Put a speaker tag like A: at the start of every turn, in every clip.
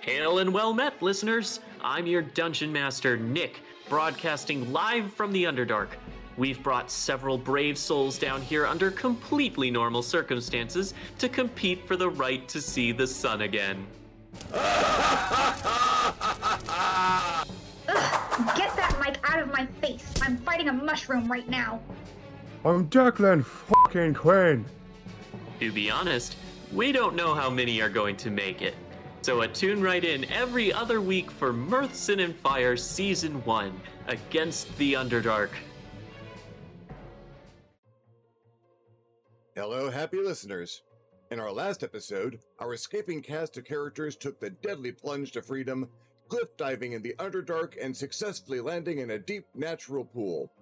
A: Hail and well met, listeners! I'm your dungeon master, Nick, broadcasting live from the Underdark. We've brought several brave souls down here under completely normal circumstances to compete for the right to see the sun again.
B: Get that mic out of my face. I'm fighting a mushroom right now.
C: I'm Declan fucking Quinn.
A: To be honest, we don't know how many are going to make it. So attune right in every other week for Mirth, Sin, and Fire Season 1 Against the Underdark.
D: Hello, happy listeners. In our last episode, our escaping cast of characters took the deadly plunge to freedom, cliff diving in the Underdark and successfully landing in a deep natural pool.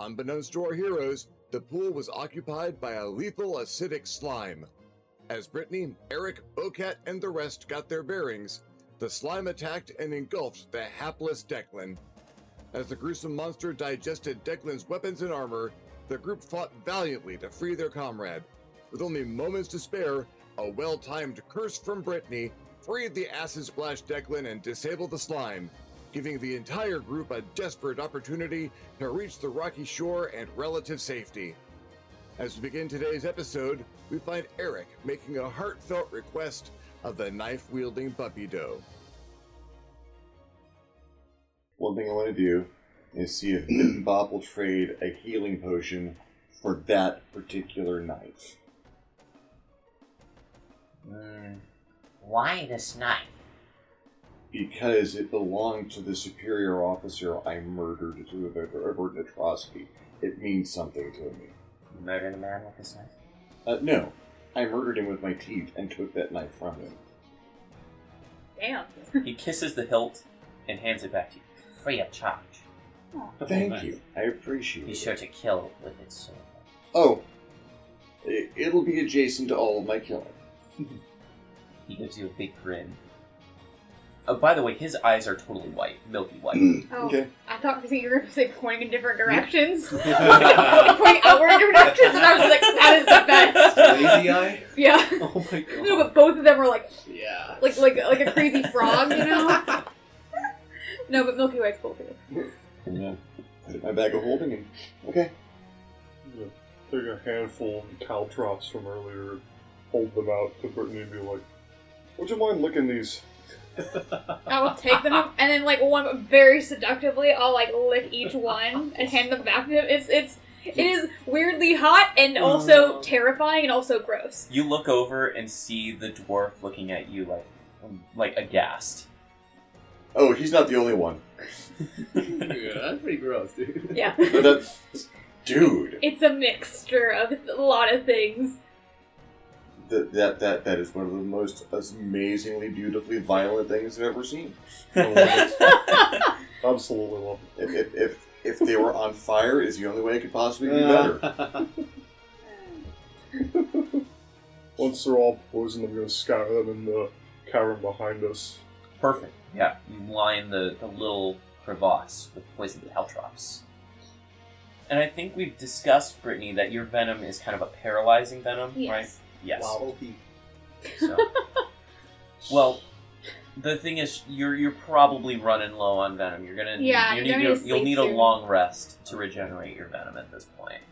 D: Unbeknownst to our heroes, the pool was occupied by a lethal acidic slime. As Brittany, Eric, Bocat, and the rest got their bearings, the slime attacked and engulfed the hapless Declan. As the gruesome monster digested Declan's weapons and armor, the group fought valiantly to free their comrade. With only moments to spare, a well timed curse from Brittany freed the acid splash Declan and disabled the slime, giving the entire group a desperate opportunity to reach the rocky shore and relative safety. As we begin today's episode, we find Eric making a heartfelt request of the knife wielding puppy dough.
E: One thing I want to do is see if Bob will trade a healing potion for that particular knife.
F: Mm, why this knife?
E: Because it belonged to the superior officer I murdered to over an atrocity. It means something to me.
F: You murdered a man with this knife?
E: Uh, no, I murdered him with my teeth and took that knife from him.
G: Damn.
F: He kisses the hilt and hands it back to you, free of charge.
E: Thank
F: nice.
E: you. I appreciate
F: Be
E: it.
F: sure to kill with its sword.
E: Oh, it, it'll be adjacent to all of my killing.
F: He gives you a big grin. Oh, by the way, his eyes are totally white, milky white.
G: Oh,
E: Okay.
G: I thought for you were going to say pointing in different directions. pointing outward directions, and I was like, that is the best.
H: Lazy eye?
G: Yeah.
F: oh my
G: No, but both of them were like,
H: Yeah.
G: like, like, like a crazy frog, you know? No, but Milky Way's cool too.
E: Yeah. Put it in my bag of holding and. Okay.
I: Yeah. Take a handful of caltrops from earlier, hold them out to Brittany and be like, Would you mind licking these?
G: I will take them up, and then like one very seductively, I'll like lick each one and hand them back to him. It's it's it is weirdly hot and also terrifying and also gross.
F: You look over and see the dwarf looking at you like, like aghast.
E: Oh, he's not the only one.
H: yeah, that's pretty gross, dude.
G: Yeah,
E: But that's- dude.
G: it's a mixture of a lot of things.
E: That, that that that is one of the most amazingly beautifully violent things I've ever seen.
I: Absolutely love it.
E: If if, if, if they were on fire is the only way it could possibly be better.
H: Uh,
I: Once they're all poisoned, I'm going to scatter them in the cavern behind us.
F: Perfect. Yeah, you line the, the little crevasse with poisoned caltrops. And I think we've discussed, Brittany, that your venom is kind of a paralyzing venom, right?
G: Yes.
F: Yes.
H: Waddle dee.
F: So. well, the thing is, you're you're probably running low on venom. You're gonna
G: Yeah,
F: you
G: you're
F: need,
G: gonna
F: you'll,
G: need
F: you'll
G: sleep
F: need a
G: soon.
F: long rest to regenerate your venom at this point.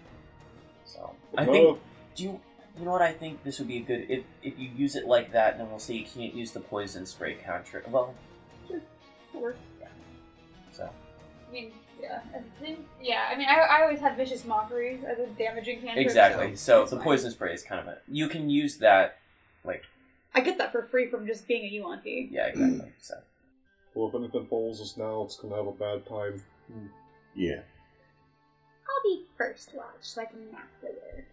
F: So I
I: No,
F: think do you you know what I think this would be a good if if you use it like that, then we'll say you can't use the poison spray counter. Well,
G: Or-
F: so
G: I mean, yeah, I think- yeah. I mean, I, I always had vicious mockeries as a damaging cantrip.
F: exactly. So
G: that's
F: the
G: fine.
F: poison spray is kind of a you can use that.
G: I get that for free from just being a Yuan-ti.
F: Yeah, exactly. So
I: Well, if anything follows us now, it's going to have a bad time.
E: Yeah.
B: I'll be first watch, so I can nap later.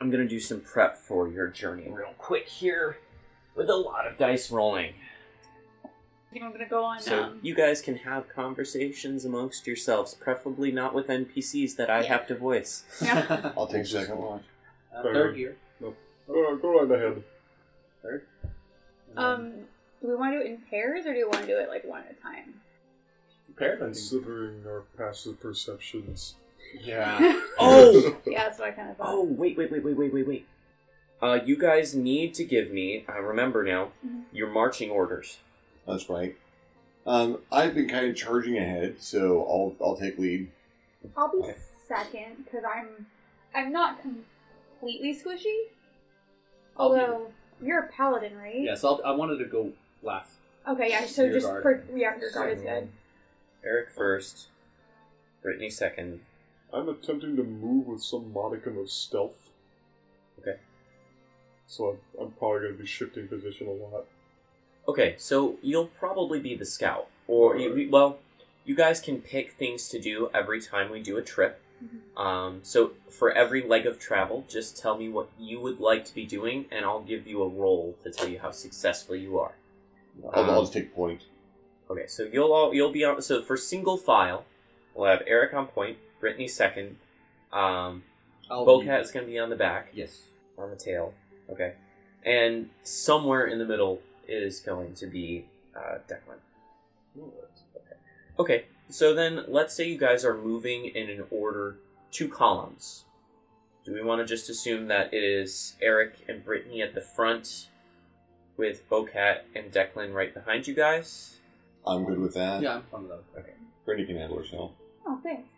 J: I'm gonna do some prep for your journey real quick here with a lot of dice rolling.
G: I think I'm gonna go on.
J: So
G: um,
J: you guys can have conversations amongst yourselves, preferably not with NPCs that I
G: Yeah.
J: have to voice.
G: Yeah.
E: I'll take second watch.
J: Uh,
I: Fair
J: third
I: enough.
J: year.
I: Go, go right ahead.
J: Third. And then
G: um, do we want to do it in pairs or do we want to do it like one at a time?
J: prepare them.
I: Considering our passive perceptions.
H: Yeah.
J: Oh!
G: Yeah, that's what I kind of thought.
J: oh, wait, wait, wait, wait, wait, wait, wait. Uh, you guys need to give me, I remember now,
G: Mhm.
J: your marching orders.
E: That's right. Um, I've been kind of charging ahead, so I'll I'll take lead.
G: I'll be second because I'm I'm not completely squishy.
F: I'll be-
G: Although you're a paladin, right?
F: Yes, I'll, I wanted to go last.
G: Okay, yeah. So
F: Rear
G: just
F: guard.
G: per, yeah, your guard is good.
K: Mm-hmm.
L: Eric first, Brittany second.
I: I'm attempting to move with some modicum of stealth.
L: Okay.
I: So I'm, I'm probably going to be shifting position a lot.
K: Okay, so you'll probably be the scout, or you, well, you guys can pick things to do every time we do a trip. Um, so for every leg of travel, just tell me what you would like to be doing, and I'll give you a roll to tell you how successful you are.
E: I'll, I'll
K: Um,
E: just take point.
K: Okay, so you'll all you'll be on. So for single file, we'll have Eric on point, Brittany second, um,
F: I'll be-
K: Bocat is going to be on the back,
F: Yes.
K: on the tail. Okay, and somewhere in the middle is going to be uh, Declan. Okay, so then let's say you guys are moving in an order two columns. Do we want to just assume that it is Eric and Brittany at the front, with Bocat and Declan right behind you guys?
E: I'm good with that.
F: Yeah, I'm fine with that.
E: Brittany can handle herself.
G: Oh, thanks.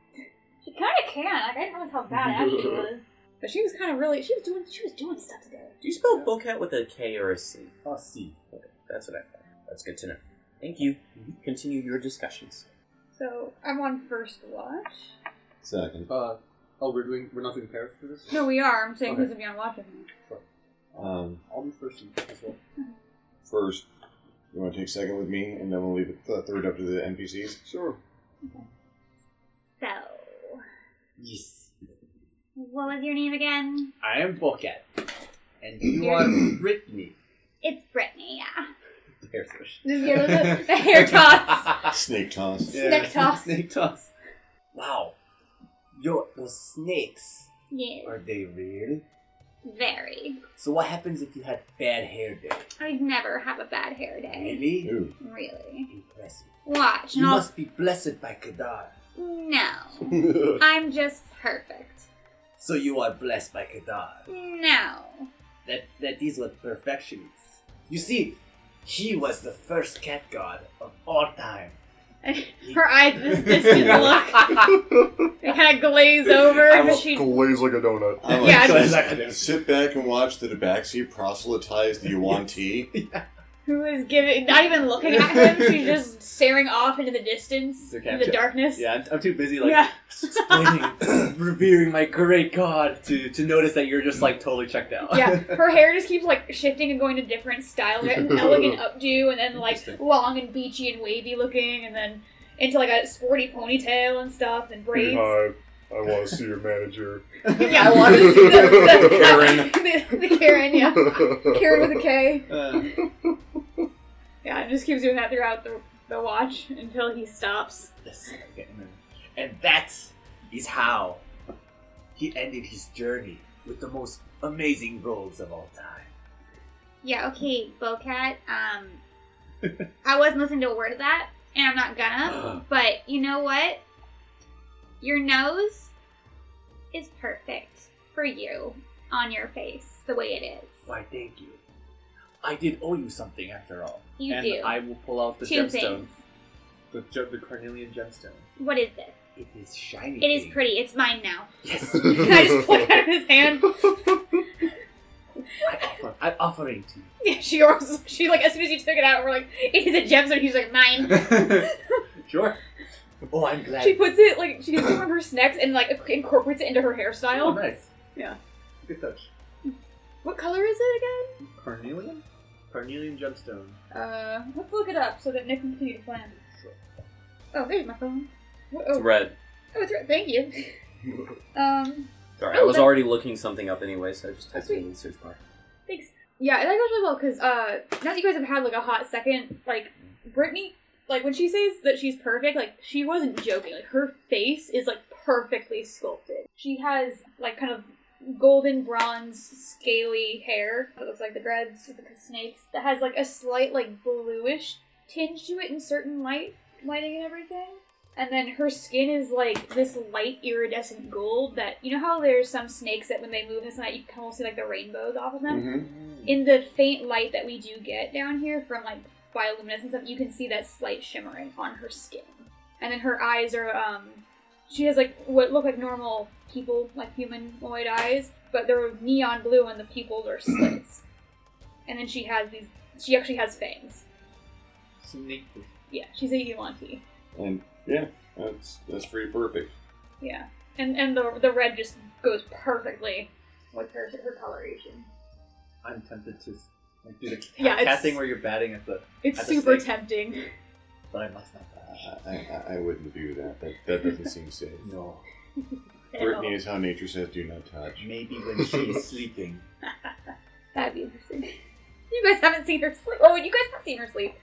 G: She kind of can. Like I didn't realize how badass she was, but she was kind of really. She was doing. She was doing stuff today.
K: Do you spell Bocat with a K or a C?
F: I'll see.
K: Okay, that's what I thought. That's good to know. Thank you. Continue your discussions.
G: So I'm on first watch.
E: Second.
F: Uh, oh, we're doing. We're not doing pairs for this.
G: No, we are. I'm saying
F: Okay.
G: because of you on watching.
E: Um,
F: I'll be first and- as well.
E: first, you want to take second with me, and then we'll leave the third up to the NPCs.
F: Sure.
M: So,
F: Yes.
M: what was your name again?
F: I am Bocat, and you
G: Yes.
F: are Brittany.
M: It's Brittany, yeah.
F: Hair switch.
G: This is the, the, the hair toss.
E: Snake toss.
F: Yeah.
G: Snake toss.
F: Snake toss. Wow. Yo, those snakes.
M: Yes.
F: Are they real?
M: Very.
F: So what happens if you had bad hair day?
M: I'd never have a bad hair day.
F: Really?
E: Ooh,
M: Really.
F: Impressive.
M: Watch,
F: You
M: and I'll.
F: must be blessed by Kadar.
M: No. I'm just perfect.
F: So you are blessed by Kadar.
M: No.
F: That that is what perfection is. You see, he was the first cat god of all time.
G: Her eyes, this distant look. they kind of glaze over.
E: I will
G: she,
I: Glaze like a donut.
E: I'm
G: Yeah,
E: like,
G: I
F: just-
E: sit back and watch the Tabaxi proselytize the Yuan Ti.
G: who is giving, not even looking at him, she's just staring off into the distance,
F: The
G: in the
F: capture-
G: darkness.
F: Yeah, I'm, I'm too busy like
G: Yeah.
F: explaining, revering my great god to to notice that you're just like totally checked out.
G: Yeah, her hair just keeps like shifting and going to different styles, right? an elegant updo, and then like
F: Interesting.
G: long and beachy and wavy looking, and then into like a sporty ponytail and stuff and braids.
I: Beehive, I want to see your manager.
G: Yeah, I want to see the, the Karen. The, the Karen, yeah. Karen with a K.
F: Uh,
G: Yeah, and just keeps doing that throughout the, the watch until he stops.
F: yes, okay, and then- and that is how he ended his journey with the most amazing roles of all time.
M: Yeah, okay, Bocat. Um, I wasn't listening to a word of that, and I'm not gonna. but you know what? Your nose is perfect for you on your face, the way it is.
F: Why, thank you. I did owe you something after all.
M: You
F: and
M: do.
F: I will pull out the
M: Two
F: gemstone.
M: things.
F: The, gem- the carnelian gemstone.
M: What is this?
F: It is shiny.
M: It is pretty. It's mine now.
F: Yes.
G: I just pulled it out of his hand.
F: I offer, I'm offering to
G: Yeah, she also, she like as soon as you took it out, we're like, it is a gemstone. He's like, mine.
F: you. sure. Oh, I'm glad.
G: She puts it like she gets it on her snacks and like incorporates it into her
F: oh,
G: hairstyle.
F: nice.
G: Yeah.
F: Good touch.
G: What color is it
F: Carnelian? Carnelian gemstone.
G: again? Uh, let's look it up so that Nick can continue to plan. Oh, there's my phone. What-
K: It's
G: Oh,
K: red.
G: oh, it's right. Thank you. um,
K: Sorry, I
G: Oh,
K: was
G: that-
K: already looking something up anyway, so I just typed it
G: Sweet.
K: in the search bar.
G: thanks. Yeah, that goes really well because uh, now that you guys have had like a hot second, like Brittany, like when she says that she's perfect, like she wasn't joking. Like her face is like perfectly sculpted. She has like kind of golden bronze scaly hair that looks like the dreads of the snakes that has like a slight like bluish tinge to it in certain light lighting and everything and then her skin is like this light iridescent gold that you know how there's some snakes that when they move in the light you can almost see like the rainbows off of them
E: Mhm.
G: in the faint light that we do get down here from like bioluminescent stuff, you can see that slight shimmering on her skin. And then her eyes are, um, she has like what look like normal people, like humanoid eyes, but they're neon blue and the pupils are slits. and then she has these, she actually has fangs.
N: It's neat.
G: Yeah, she's a Yulanti.
E: And yeah, that's that's pretty perfect.
G: Yeah. And and the, the red just goes perfectly with her, her coloration.
H: I'm tempted to like, do the cat,
G: Yeah, it's-
H: cat thing where you're batting at the,
G: It's
H: At the
G: super
H: same-
G: tempting.
H: but I must not bat.
E: I, I, I wouldn't do that. That, that doesn't seem safe.
H: No,
E: Brittany is how nature says do not touch.
H: maybe when she's sleeping.
G: That'd be interesting. You guys haven't seen her sleep. Oh, you guys have seen her sleep.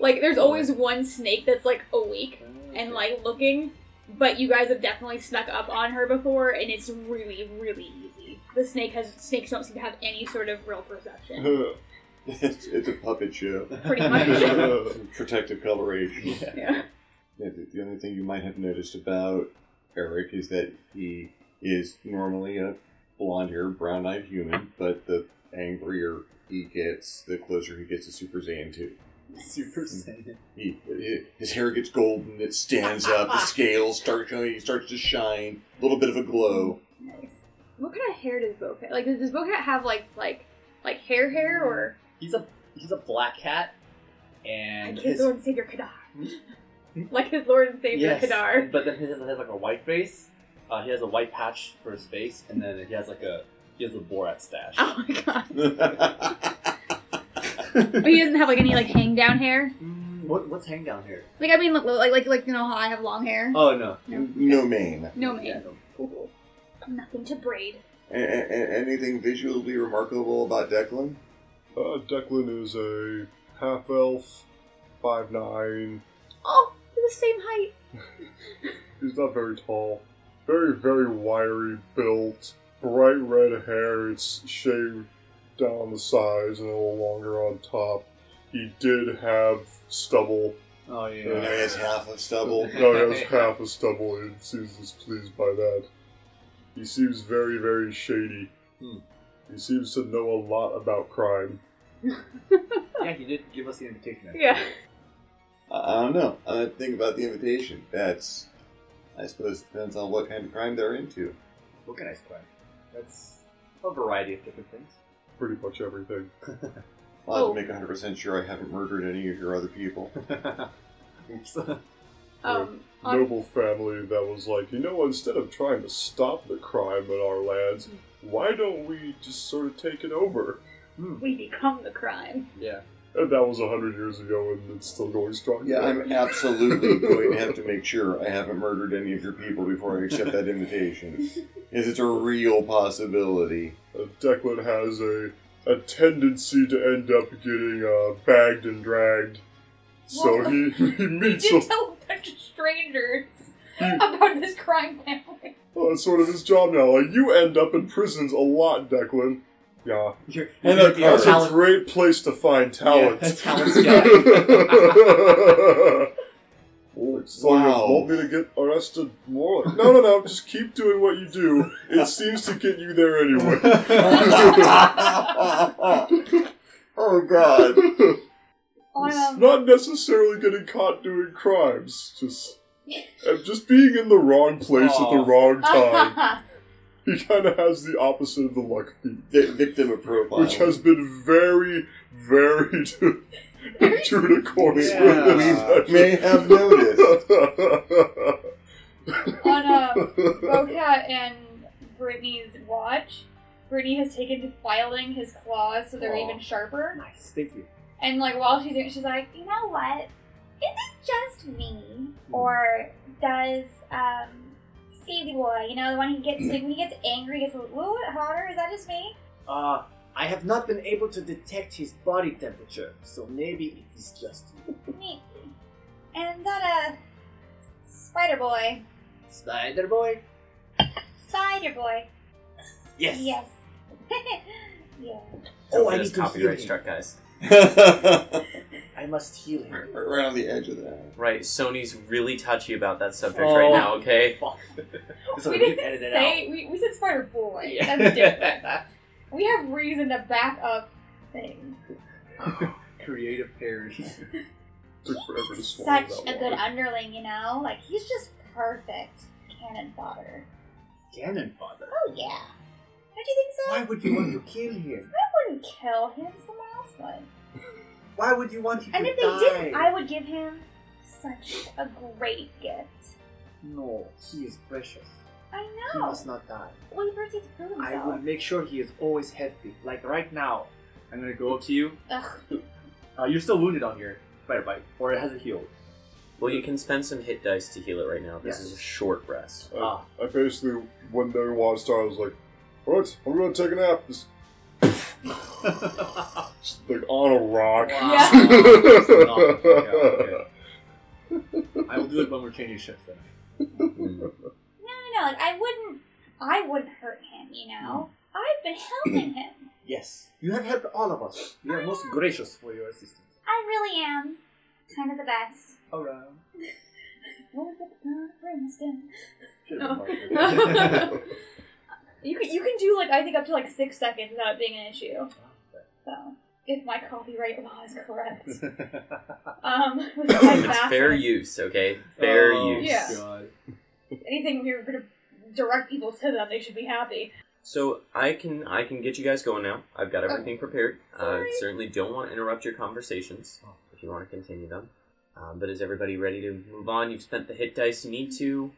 G: Like, there's always one snake that's like awake
H: Oh,
G: and like looking, but you guys have definitely snuck up on her before, and it's really, really easy. The snake has snakes don't seem to have any sort of real perception.
E: it's, it's a puppet show.
G: Pretty much.
E: Protective coloration.
G: yeah.
E: Yeah, the, the only thing you might have noticed about Eric is that he is normally a blonde haired, brown eyed human, but the angrier he gets, the closer he gets to Super Saiyan 2.
H: Super Saiyan.
E: He, he- his hair gets golden, it stands up, the scales start showing, he starts to shine, a little bit of a glow.
G: Nice. What kind of hair does Bocat like? Does Bocat have like like like hair hair or?
H: He's a he's a black cat,
G: Like
H: and Hmm?
G: his Lord and Savior Kadar. like his Lord and Savior
H: yes,
G: Kadar.
H: but then he has, he has like a white face. Uh, he has a white patch for his face, and then he has like a he has a Borat stash.
G: Oh my god.
E: I
B: But he doesn't have like any like hang down hair.
H: Mm, what what's hang down here?
B: Like I mean, like like like, like you know how I have long hair.
H: Oh no,
E: No mane.
B: no man.
H: Yeah, no.
G: Nothing to braid.
E: A- a- a- anything visually remarkable about Declan?
I: Uh, Declan is a half elf, five nine.
G: Oh, they're the same height.
I: He's not very tall. Very, very wiry built. Bright red hair. It's shaved down the sides and a little longer on top. He did have stubble.
H: Oh
E: There
H: yeah.
E: is half of stubble.
I: No, he has half a stubble. He seems displeased by that. He seems very, very shady.
H: Hmm.
I: He seems to know a lot about crime.
H: yeah, he did give us the invitation.
G: Yeah.
E: I I don't know. I don't think about the invitation. That's, I suppose, it depends on what kind of crime they're into.
H: What can I explain? That's a variety of different things.
I: Pretty much everything.
E: I'll have
G: Oh.
E: to make 100% sure I haven't murdered any of your other people.
H: Oops.
G: Um, on-
I: noble family that was like, you know, instead of trying to stop the crime in our lands,
G: Hmm.
I: why don't we just sort of take it over?
G: we become the crime.
H: yeah.
I: And that was a hundred years ago, and it's still going strong.
E: Yeah, I'm absolutely going to have to make sure I haven't murdered any of your people before I accept that invitation. Because it's a real possibility.
I: Uh, Declan has a a tendency to end up getting uh, bagged and dragged. So
G: Well,
I: he, he
G: We
I: meets a,
G: did tell a bunch of strangers about this crime family.
I: oh, it's sort of his job now. Like you end up in prisons a lot, Declan. Yeah,
H: You're,
E: And
H: you're
E: a
H: the
I: that's
E: car.
H: talent-
I: a great place to find talent.
H: Yeah, talent scout.
I: So you want me to get arrested more? Like, no, no, no. Just keep doing what you do. It seems to get you there anyway.
E: oh, God.
G: On,
I: It's
G: um,
I: not necessarily getting caught doing crimes. Just, and just being in the wrong place at the
H: Aw.
I: wrong time. he kind of has the opposite of the luck thief,
E: Vi- victim of profile.
I: which has been very, very true to course
E: Yeah.
I: with
E: May have noticed.
I: this.
G: on um, Bocat and Brittany's watch, Brittany has taken to filing his claws so they're
H: Aw.
G: even sharper.
H: Nice, thank you.
G: And like while she's doing, it, she's like,
B: You know what? Is it just me, or does um, Scaly Boy, you know, when he gets when he gets angry, gets a little bit hotter? Is that just me?
H: Uh, I have not been able to detect his body temperature, so maybe it is just you.
B: Maybe. And that uh, Spider Boy,
H: Spider Boy?
B: Spider Boy,
H: Yes.
B: yes, yeah.
H: Oh, I
J: There's
H: need to heal him.
J: copyright struck, guys.
E: right
H: I must heal him.
E: right on the edge of that.
J: Right, Sony's really touchy about that subject
H: Oh.
J: right now. Okay,
H: Fuck. so
G: we
H: we
G: didn't
H: can edit it
G: say
H: out.
G: we, we said Spider Boy.
H: Yeah.
G: That's different. we have reason to back up things.
O: creative pairs.
I: Took forever to swallow
B: Such
I: that
B: a
I: one.
B: good underling, you know? Like, he's just perfect cannon fodder.
O: Cannon father.
B: Oh, yeah. Don't you think so?
O: Why would you want to kill him?
B: I wouldn't kill him, someone else would.
O: Why would you want him
B: And
O: to
B: if they
O: die?
B: didn't, I would give him such a great gift.
O: No, he is precious.
B: I
O: He
B: know.
O: must not die.
B: Well, he first needs to prove
O: I
B: himself.
O: will make sure he is always healthy. Like right now, I'm gonna go up to you.
B: Ugh.
O: Uh, you're still wounded on your spider bite, or it hasn't healed.
J: Well, you can spend some hit dice to heal it right now. This
O: Yes.
J: is a short rest.
I: I,
O: Ah.
I: I basically, when they wanted to start, I was like, "What? I'm going to take a nap." Just, just, like on a rock.
G: Yeah.
O: That's not- yeah, okay. I will do it when we're changing shifts then.
B: No, no, no. Like, I wouldn't. I wouldn't hurt him, you know? I've been helping him.
O: Yes, you have helped all of us. We are most gracious for your assistance.
B: I really am. Kind of the best.
O: Around.
B: Lord of
G: Uh,
B: the Brimstone.
G: Oh. you can you can do like I think up to like six seconds without it being an issue. So if my copyright law is correct, um, with my
J: it's
G: back-
J: fair use, okay? Fair
O: Oh,
J: use.
G: Yeah.
O: God.
G: Anything we're gonna direct people to them, they should be happy.
J: So I can I can get you guys going now. I've got everything prepared. Uh,
G: Sorry.
J: certainly don't want to interrupt your conversations if you want to continue them. Um, but is everybody ready to move on? You've spent the hit dice you need to.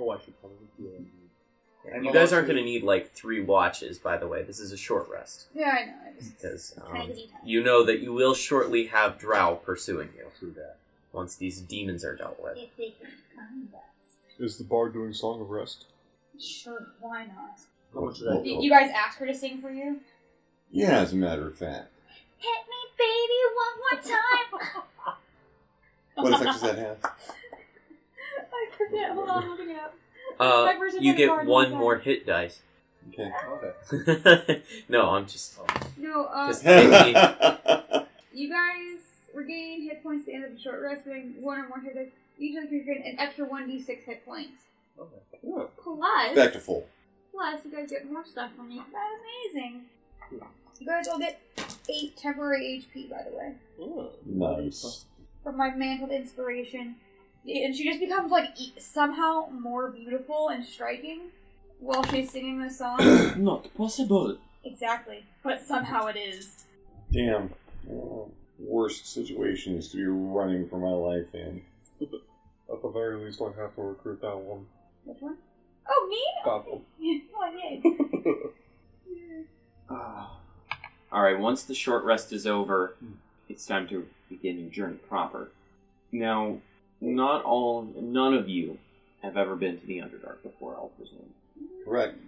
O: Oh, I should probably do it. I'm
J: you guys
O: also-
J: aren't going to need like three watches, by the way. This is a short rest
G: Yeah, I know. I just,
J: because
B: Trying
J: um,
B: to be kind.
J: you know that you will shortly have Drow pursuing you once these demons are dealt with.
B: If they can find us.
I: Is the bard doing Song of Rest?
B: Sure, why not?
O: How much did I do?
B: You you guys asked her to sing for you?
E: Yeah, as a matter of fact.
B: Hit me, baby, one more time.
E: What effect does that have?
G: I forget. Hold on, I'm looking it up.
J: Uh,
G: My version
J: you
G: of the
J: get
G: card
J: one
G: was
J: more hit dice.
E: Okay.
O: Okay.
J: no, I'm just.
P: No, uh,
J: Just basically-
P: you guys regain hit points at the end of the short rest, doing one or more hit dice. Each of you regain an extra 1d6 hit points. Plus,
E: Back to full.
P: plus, you guys get more stuff from me.
B: That's amazing.
P: You guys all get 8 temporary HP, by the way,
E: Nice.
P: from my mantled inspiration.
G: And she just becomes like e- somehow more beautiful and striking while she's singing this song.
N: Not possible.
G: exactly, but somehow it is.
E: Damn. Well, worst situation is to be running for my life in.
I: At the very least, I have to recruit that one.
P: Which one?
G: Oh me?
I: Goblin.
G: oh yay!
O: Ah,
F: All right, once the short rest is over,
J: Hmm.
F: it's time to begin your journey proper. Now, not all, none of you have ever been to the Underdark before, I'll presume.
E: Correct.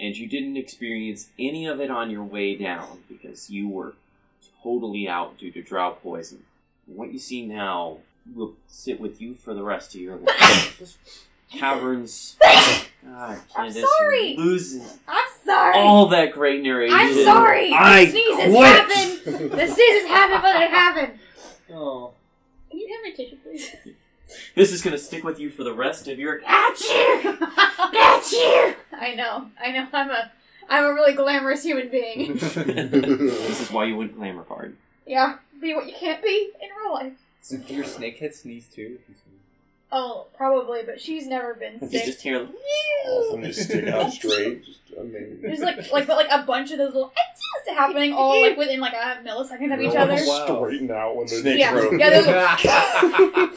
F: And you didn't experience any of it on your way down because you were totally out due to drought poison. What you see now will sit with you for the rest of your life. Caverns. God,
G: I'm
F: Candace,
G: sorry.
F: Losing
G: I'm sorry.
F: all that great narration.
P: I'm sorry!
F: Oh, I
P: the sneezes
F: quit.
P: happened! The sneezes happened, but it happened!
F: Oh.
P: Can you have my tissue, please?
F: This is gonna stick with you for the rest of your.
G: Achoo! Achoo! I know. I know. I'm a I'm a really glamorous human being.
F: this is why you win glamour card.
G: yeah, be what you can't be in real life.
O: so do your snakehead sneeze too?
G: Oh, probably, but she's never been
F: You
G: sick.
F: just hear
E: All of them just stick out straight. Just
G: There's
E: amazing.
G: like like but like a bunch of those little achoo's happening all like within like a millisecond of each
I: They're all
G: other.
I: Straighten out when they're
E: Snake
G: Yeah.
E: rope.
G: Yeah, those are-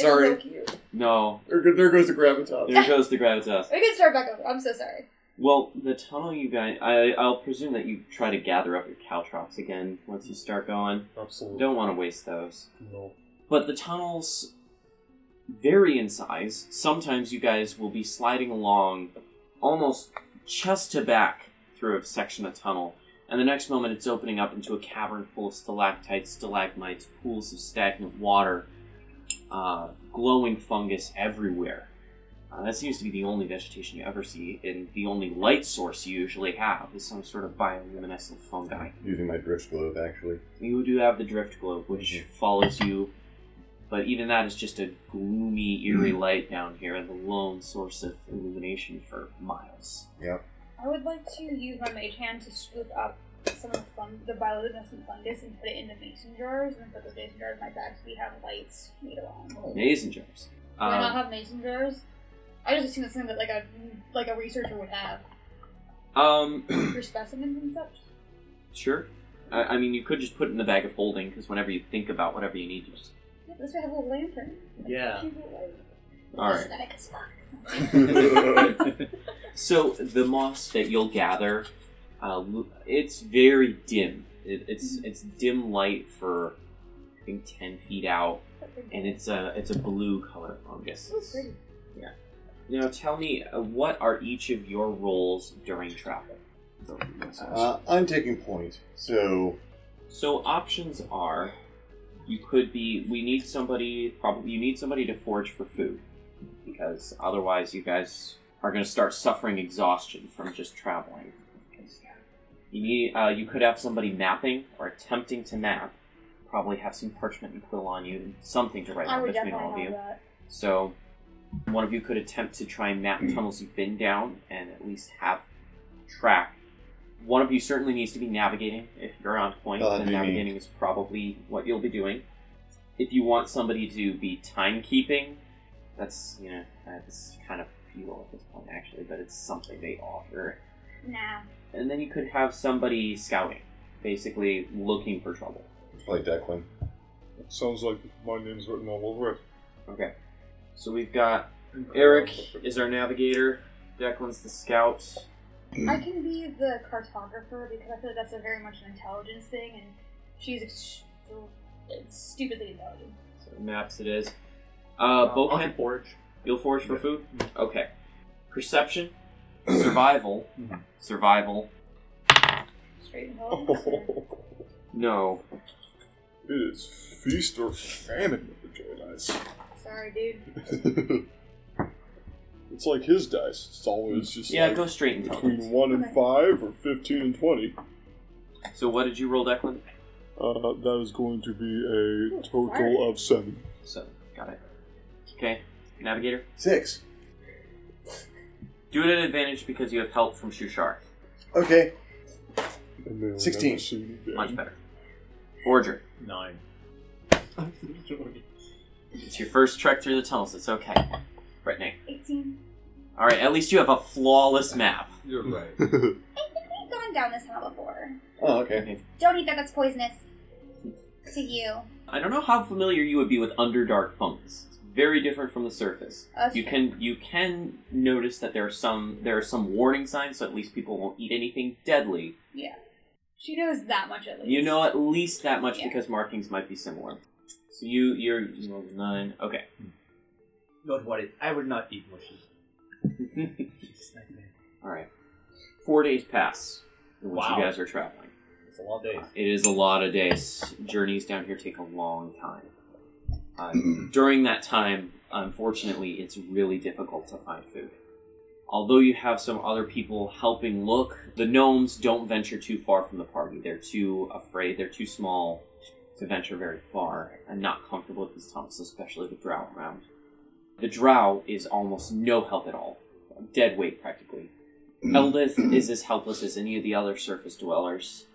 E: Sorry.
G: so cute.
F: no.
E: There go- there goes the gravitas.
F: There goes the uh, gravitas.
G: We can start back over. I'm so sorry.
F: Well, the tunnel you guys, I, I'll presume that you try to gather up your caltrops again once you start going.
I: Absolutely.
F: Don't want to waste those.
I: No.
F: But the tunnels vary in size. Sometimes you guys will be sliding along almost chest to back through a section of tunnel, and the next moment it's opening up into a cavern full of stalactites, stalagmites, pools of stagnant water, uh, glowing fungus everywhere. Uh, that seems to be the only vegetation you ever see, and the only light source you usually have is some sort of bioluminescent fungi.
E: Using my drift globe, actually.
F: You do have the drift globe, which follows you, but even that is just a gloomy, eerie light down here, the lone source of illumination for miles.
E: Yep.
G: I would like to use my mage hand to scoop up some of the fun, the bioluminescent fungus and put it into mason jars, and then put the mason jars in my bags. We have lights made along.
F: Amazing jars.
G: Do I not
F: Um,
G: have mason jars? I just assume that's something that like a like a researcher would have
F: um,
G: for specimens and such.
F: sure. I, I mean, you could just put it in the bag of holding because whenever you think about whatever you need, you just
G: Yeah, that's why I have a little lantern.
F: Yeah.
G: Cute little light.
F: all right.
G: Aesthetic as fuck.
F: so the moss that you'll gather, uh, l- it's very dim. It, it's
G: Mm-hmm.
F: it's dim light for I think ten feet out, and it's a it's a blue color fungus.
G: Ooh, pretty.
F: Yeah. Now tell me, uh, what are each of your roles during travel?
E: Uh, I'm taking point. So
F: So options are, you could be. We need somebody. Probably you need somebody to forage for food, because otherwise you guys are going to start suffering exhaustion from just traveling. You need. Uh, you could have somebody mapping or attempting to map. Probably have some parchment and quill on you, and something to write
G: I
F: down
G: would
F: between
G: definitely
F: all of
G: have
F: you.
G: that.
F: So, one of you could attempt to try and map tunnels you've been down and at least have track. One of you certainly needs to be navigating if you're on point,
E: Oh, that'd
F: and
E: be me.
F: navigating is probably what you'll be doing. If you want somebody to be timekeeping, that's you know that's kind of futile at this point actually, but it's something they offer.
B: Nah.
F: And then you could have somebody scouting, basically looking for trouble.
E: like Declan.
I: It sounds like my name's written all over it.
F: Okay. So we've got Eric is our navigator. Declan's the scout.
G: I can be the cartographer because I feel like that's a very much an intelligence thing, and she's ex- stupidly intelligent.
F: So maps it is. Uh, Bokan. forage. You'll forage for food. Okay. Perception, survival, survival.
G: Straight intelligence.
F: No.
I: It is feast or famine with the Joy
G: Sorry, dude.
I: Dice. it's like his dice. It's always just
F: Yeah,
I: like
F: go straight
I: between
F: intelligence.
I: one and five or fifteen and twenty.
F: So what did you roll, Declan?
I: Uh, that is going to be a total of seven.
F: Seven. Got it. Okay. Navigator.
E: Six.
F: Do it at advantage because you have help from Shushar.
E: Okay.
I: And they were
E: Sixteen.
I: never seen again.
F: Much better. Forger.
O: Nine.
F: It's your first trek through the tunnels. It's okay. Brittany.
B: 18.
F: All right. At least you have a flawless map.
O: You're right.
B: I think we've gone down this tunnel before.
E: Oh, okay.
B: Don't eat that, that's poisonous. To you.
F: I don't know how familiar you would be with underdark fungus. It's very different from the surface.
B: Okay.
F: You can you can notice that there are some there are some warning signs, so at least people won't eat anything deadly.
G: Yeah. She knows that much at least.
F: You know at least that much because markings might be similar. So you you're you rolled a nine. Okay.
O: Don't worry, I will not eat mushy.
F: All right. Four days pass in which
O: Wow.
F: you guys are traveling.
O: It's a long day.
F: It is a lot of days. Journeys down here take a long time. Uh, during that time, unfortunately, it's really difficult to find food. Although you have some other people helping look, the gnomes don't venture too far from the party. They're too afraid, they're too small to venture very far and not comfortable with these tunnels, especially the drow around. The drow is almost no help at all, dead weight practically. Eldith is as helpless as any of the other surface dwellers,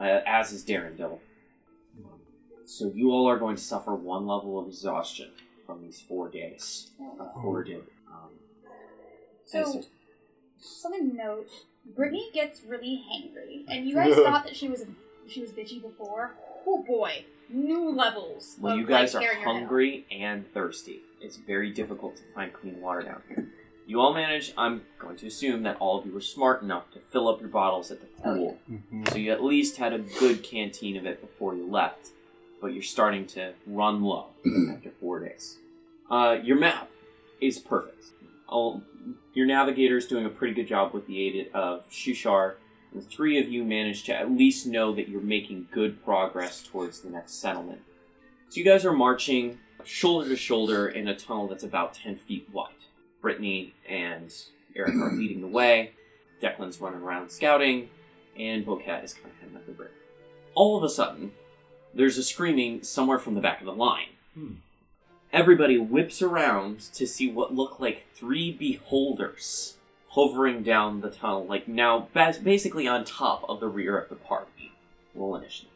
F: uh, as is Darendil. So you all are going to suffer one level of exhaustion from these four days. Uh, four days. Um,
B: So, something to note: Brittany gets really hangry, and you guys thought that she was she was bitchy before.
G: Oh boy, new levels.
F: well,
G: of,
F: you guys
G: like,
F: are
G: tearing your head off.
F: hungry and thirsty. It's very difficult to find clean water down here. You all manage. I'm going to assume that all of you were smart enough to fill up your bottles at the pool,
I: Mm-hmm.
F: so you at least had a good canteen of it before you left. But you're starting to run low after four days. Uh, your map is perfect. All, your navigator is doing a pretty good job with the aid of Shushar. The three of you manage to at least know that you're making good progress towards the next settlement. So you guys are marching shoulder to shoulder in a tunnel that's about 10 feet wide. Brittany and Eric are leading the way. Declan's running around scouting, and Bocat is kind of heading up the brick. All of a sudden, there's a screaming somewhere from the back of the line. Everybody whips around to see what look like three beholders hovering down the tunnel, like now bas- basically on top of the rear of the park. Roll initiative.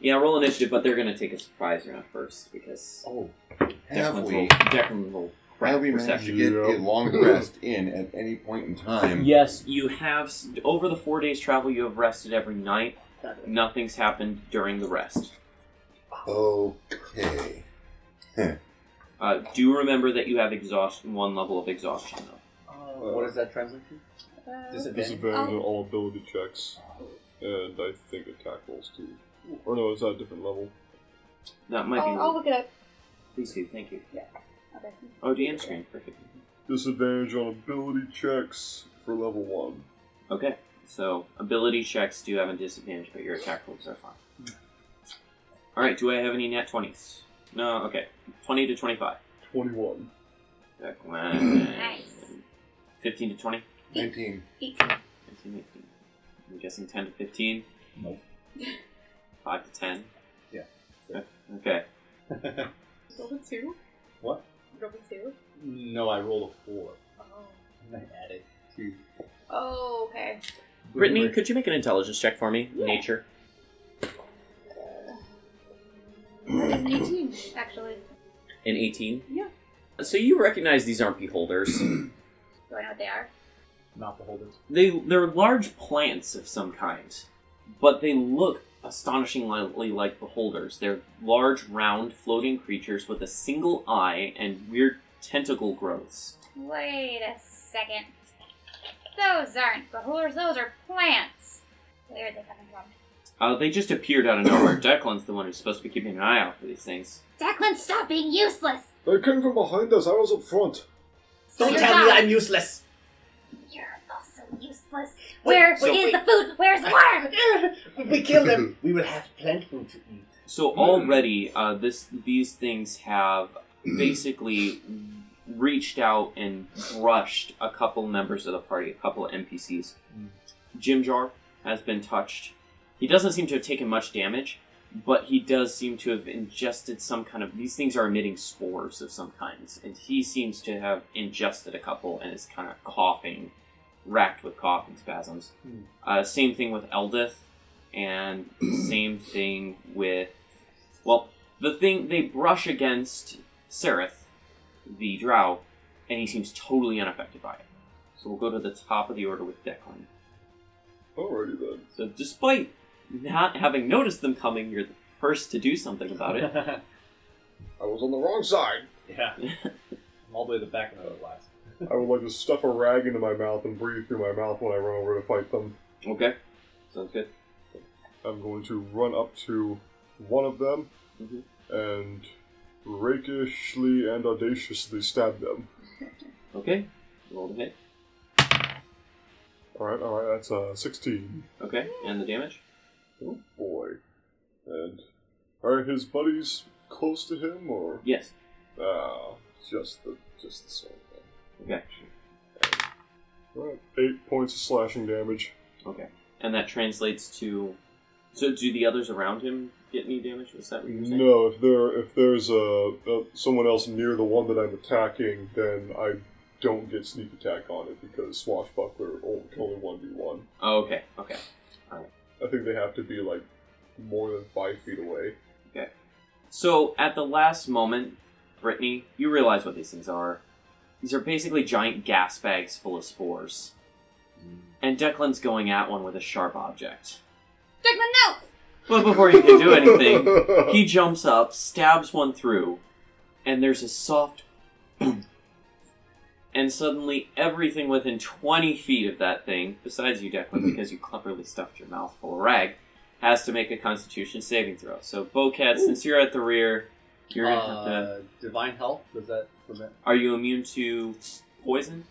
F: Yeah, roll initiative, but they're gonna take a surprise round first because
E: oh,
F: Declan's
E: Have we-
F: will, Declan will crack
E: Have we managed to
F: perception.
E: get a long rest in at any point in time?
F: Yes, you have s- over the four days travel. You have rested every night. Nothing's happened during the rest.
E: Okay.
F: uh, do remember that you have exhaustion, one level of exhaustion though.
N: what does that translate to?
B: Uh,
I: Disadvantage on
F: Oh.
I: all ability checks, and I think attack rolls too. Or no, is that a different level?
F: That
G: I'll,
F: might
B: Oh,
F: be.
G: I'll look it up.
F: Please do. Thank you.
G: Yeah. Okay.
F: Oh, DM screen. Perfect.
I: Disadvantage on ability checks for level one.
F: Okay. So ability checks do have a disadvantage, but your attack rolls are fine. All right. Do I have any nat twenties? No. Okay. Twenty to twenty-five.
I: Twenty-one.
F: Nice. Fifteen to twenty.
E: 19.
B: 18.
F: 18, 18. I'm guessing 10 to 15? Nope. 5 to 10?
O: Yeah.
F: Okay.
G: Roll a two.
O: What?
G: Roll a two.
O: No, I rolled a four.
G: Oh.
O: And I added two.
G: Oh, okay.
F: Brittany, could you make an intelligence check for me?
G: Yeah.
F: Nature.
B: It's an 18, actually.
F: An 18?
B: Yeah.
F: Uh, So you recognize these aren't beholders.
B: Do I know what they are?
O: Not beholders.
F: they, they're large plants of some kind, but they look astonishingly like beholders. They're large, round, floating creatures with a single eye and weird tentacle growths.
B: Wait a second. Those aren't beholders, those are plants. Where are they coming from?
F: Uh, they just appeared out of nowhere. Declan's the one who's supposed to be keeping an eye out for these things.
B: Declan, stop being useless!
Q: They came from behind us. I was up front.
B: Don't You're tell me not. I'm
Q: useless.
B: You're also useless.
H: Wait,
B: Where is
H: so wait.
B: the food? Where's the water?
H: we kill them, we will have plenty food to eat.
F: So already, uh, this these things have basically reached out and brushed a couple members of the party, a couple of NPCs. Jim Jar has been touched. He doesn't seem to have taken much damage, but he does seem to have ingested some kind of. These things are emitting spores of some kinds, and he seems to have ingested a couple and is kind of coughing, racked with coughing spasms.
O: Hmm.
F: Uh, same thing with Eldith, and same thing with. Well, the thing they brush against Sereth, the drow, and he seems totally unaffected by it. So we'll go to the top of the order with Declan.
I: Alrighty then.
F: So despite not having noticed them coming, you're the first to do something about it.
Q: I was on the wrong side.
O: Yeah. I'm all the way to the back of the glass.
I: I would like to stuff a rag into my mouth and breathe through my mouth when I run over to fight them.
F: Okay. Sounds good.
I: I'm going to run up to one of them
F: Mhm.
Q: Mm-hmm.
I: and rakishly and audaciously stab them.
F: Okay. Roll the hit.
I: Alright, alright, that's uh, 16.
F: Okay. And the damage?
I: Oh boy. And are his buddies close to him or?
F: Yes.
I: Ah, just the just the same thing.
F: Okay.
I: Alright, eight points of slashing damage.
F: Okay. And that translates to. So do the others around him get any damage? Is that what you're saying?
I: No, if there if there's a, a someone else near the one that I'm attacking, then I don't get sneak attack on it because swashbuckler only only one v one.
F: Oh, okay. Okay. Alright.
I: I think they have to be like more than five feet away.
F: Okay. So at the last moment, Brittany, you realize what these things are. These are basically giant gas bags full of spores. And Declan's going at one with a sharp object.
B: Declan, no!
F: But before you can do anything, he jumps up, stabs one through, and there's a soft boom. And suddenly, everything within 20 feet of that thing, besides you, Declan, because you cleverly stuffed your mouth full of rag, has to make a constitution saving throw. So, Bocat, since you're at the rear, you're going to have to.
O: Uh, divine health. Does that prevent?
F: Are you immune to poison?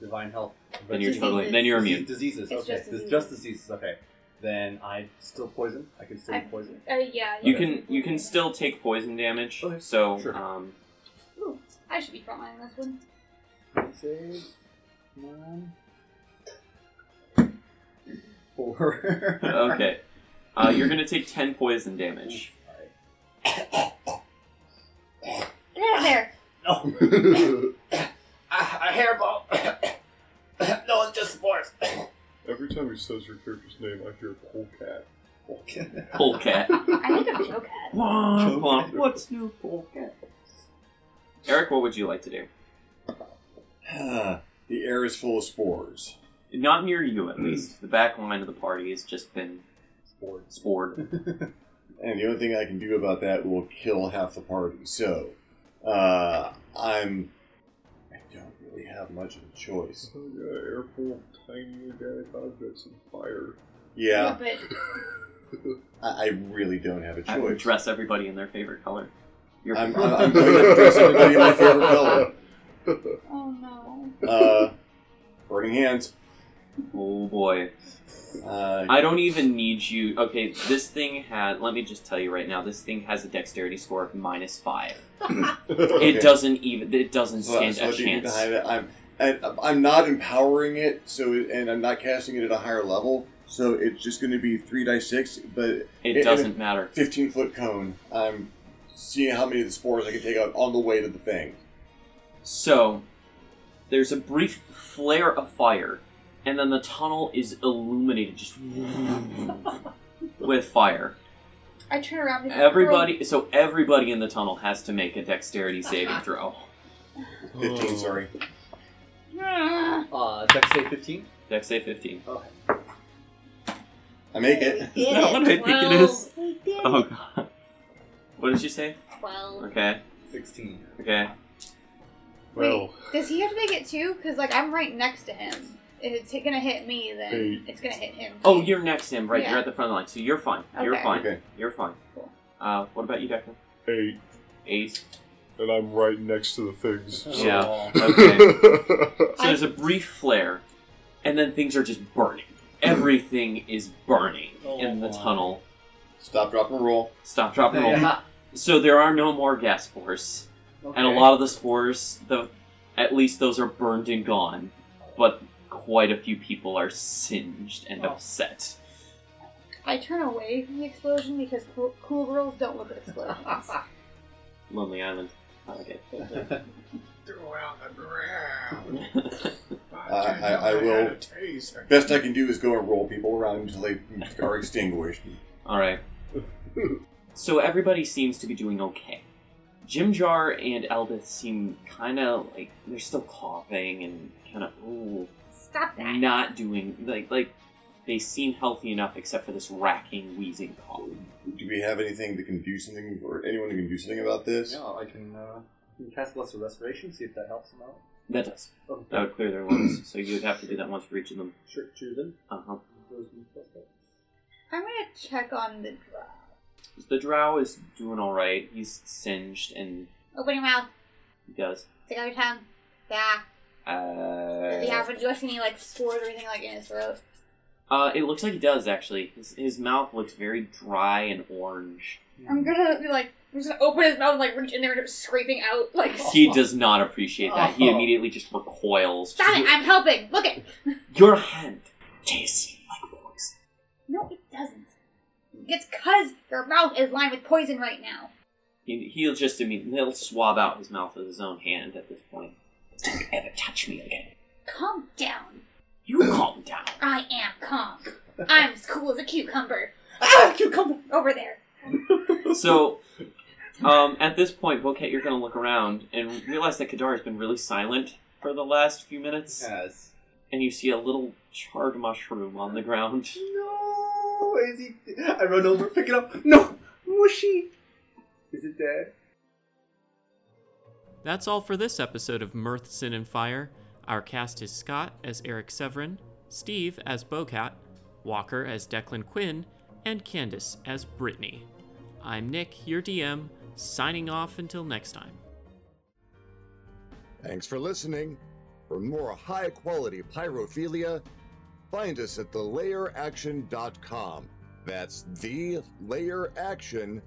O: Divine health.
F: Then you're totally- then you're immune.
O: Diseases.
G: It's
O: okay.
G: just
O: This- just diseases. Okay. Then I still poison. I can still
G: I-
O: be poison.
G: Uh, yeah.
F: You can you can still take poison damage. So, um,
B: Ooh, I should be frontlining this one.
O: Save. Nine. Four.
F: okay. Uh, you're going to take 10 poison damage.
B: Get out of there!
O: No.
H: a, a hairball.
I: Every time he says your character's name, I hear polecat. Polecat.
F: Polecat.
B: I think I'm Joe Cat.
F: Womp womp. What's new, Polecat? Eric, what would you like to do?
E: the air is full of spores.
F: Not near you,
E: Hmm.
F: at least. the back line of the party has just been
E: spored.
F: spored.
E: And the only thing I can do about that will kill half the party. So, uh, I'm. I don't really have much of a choice.
I: Oh, yeah, air full of tiny organic objects and fire.
E: Yeah,
B: but
E: I, I really don't have a
F: I would
E: choice.
F: dress everybody in their favorite color. Your
E: I'm, I'm, I'm going to dress everybody in my favorite color.
B: Oh no.
E: Uh, burning hands.
F: Oh boy.
E: Uh,
F: I don't even need you. Okay, this thing had. Let me just tell you right now. This thing has a dexterity score of minus five. It doesn't even. It doesn't
E: So-
F: stand
E: so
F: a
E: I think you
F: chance.
E: can hide it. I'm, and I'm not empowering it, so and I'm not casting it at a higher level, so it's just going to be three die six. But it,
F: doesn't matter.
E: Fifteen foot cone. I'm seeing how many of the spores I can take out on the way to the thing.
F: So, there's a brief flare of fire, and then the tunnel is illuminated just with fire.
P: I turn around. and-
F: Everybody, so everybody in the tunnel has to make a dexterity saving throw.
E: Fifteen, sorry.
O: Uh, Dex save 15?
F: Dex save fifteen.
P: Oh.
O: Okay.
E: I make it.
F: Is that what I think it is? Oh god. What did you say?
P: Twelve.
F: Okay.
O: 16.
F: Okay.
I: Well,
P: Does he have to make it too? Because like I'm right next to him. If it's gonna hit me, then
F: Eight.
P: it's gonna hit him.
F: Oh, you're next to him, right?
P: Yeah.
F: You're at the front of the line, so you're fine. You're
P: Okay.
F: fine.
E: Okay.
F: You're fine. Uh, what about you, Declan?
I: Eight.
F: Eight.
I: And I'm right next to the figs.
E: Oh.
I: so-
F: Yeah. Okay. so there's a brief flare, and then things are just burning. Everything is burning in the tunnel.
E: Stop, drop, and roll.
F: Stop, drop, and roll.
O: Yeah.
F: So there are no more gas spores, and a
O: Okay.
F: lot of the spores, the at least those are burned and gone. But quite a few people are singed
O: Oh.
F: and upset.
P: I turn away from the explosion because cool, cool girls don't look at explosions.
F: Lonely Island. Okay.
Q: Throw out the ground.
E: I, I, I will. Best I can do is go and roll people around until they are extinguished.
F: All right. So everybody seems to be doing okay. Jim Jar and Elveth seem kind of like they're still coughing and kind of ooh,
P: Stop that.
F: not doing like like they seem healthy enough except for this racking, wheezing cough.
E: Do we have anything that can do something, or anyone who can do something about this?
O: No, I can, uh, you can cast Lesser Restoration, see if that helps them out.
F: That does.
O: Okay.
F: That would clear their lungs. so you would have to do that once for each of them.
O: Sure, cheer them.
F: Uh huh.
O: Those new plus sets.
P: I'm gonna check on the drop.
F: The Drow is doing all right. He's singed and
B: Open your mouth.
F: he does.
B: Stick out your tongue. Yeah.
F: Uh,
B: Yeah, but do I see any like spores or anything like in his throat?
F: uh, it looks like he does actually. His, his mouth looks very dry and orange.
G: I'm gonna be like, I'm just gonna open his mouth and like reach in there and start scraping out like.
F: He does not appreciate that. He immediately just recoils.
B: Stop it! I'm helping. Look it.
F: Your hand tastes like poison.
B: No, it doesn't. It's cause your mouth is lined with poison right now.
F: He, he'll just, I mean, he'll swab out his mouth with his own hand at this point. Don't ever touch me again.
B: Calm down.
F: You calm down.
B: I am calm. I'm as cool as a cucumber.
O: Ah, cucumber.
B: Over there.
F: So, um, at this point, Boquette, you're going to look around and realize that Kadar has been really silent for the last few minutes.
O: Yes.
F: And you see a little charred mushroom on the ground.
O: No, is he? I run over, pick it up. No, mushy. Is it dead?
A: That's all for this episode of Mirth, Sin, and Fire. Our cast is Scott as Eric Severin, Steve as Bocat, Walker as Declan Quinn, and Candace as Brittany. I'm Nick, your DM, signing off until next time.
D: Thanks for listening. For more high quality pyrophilia, find us at thelayeraction.com. That's thelayeraction.com.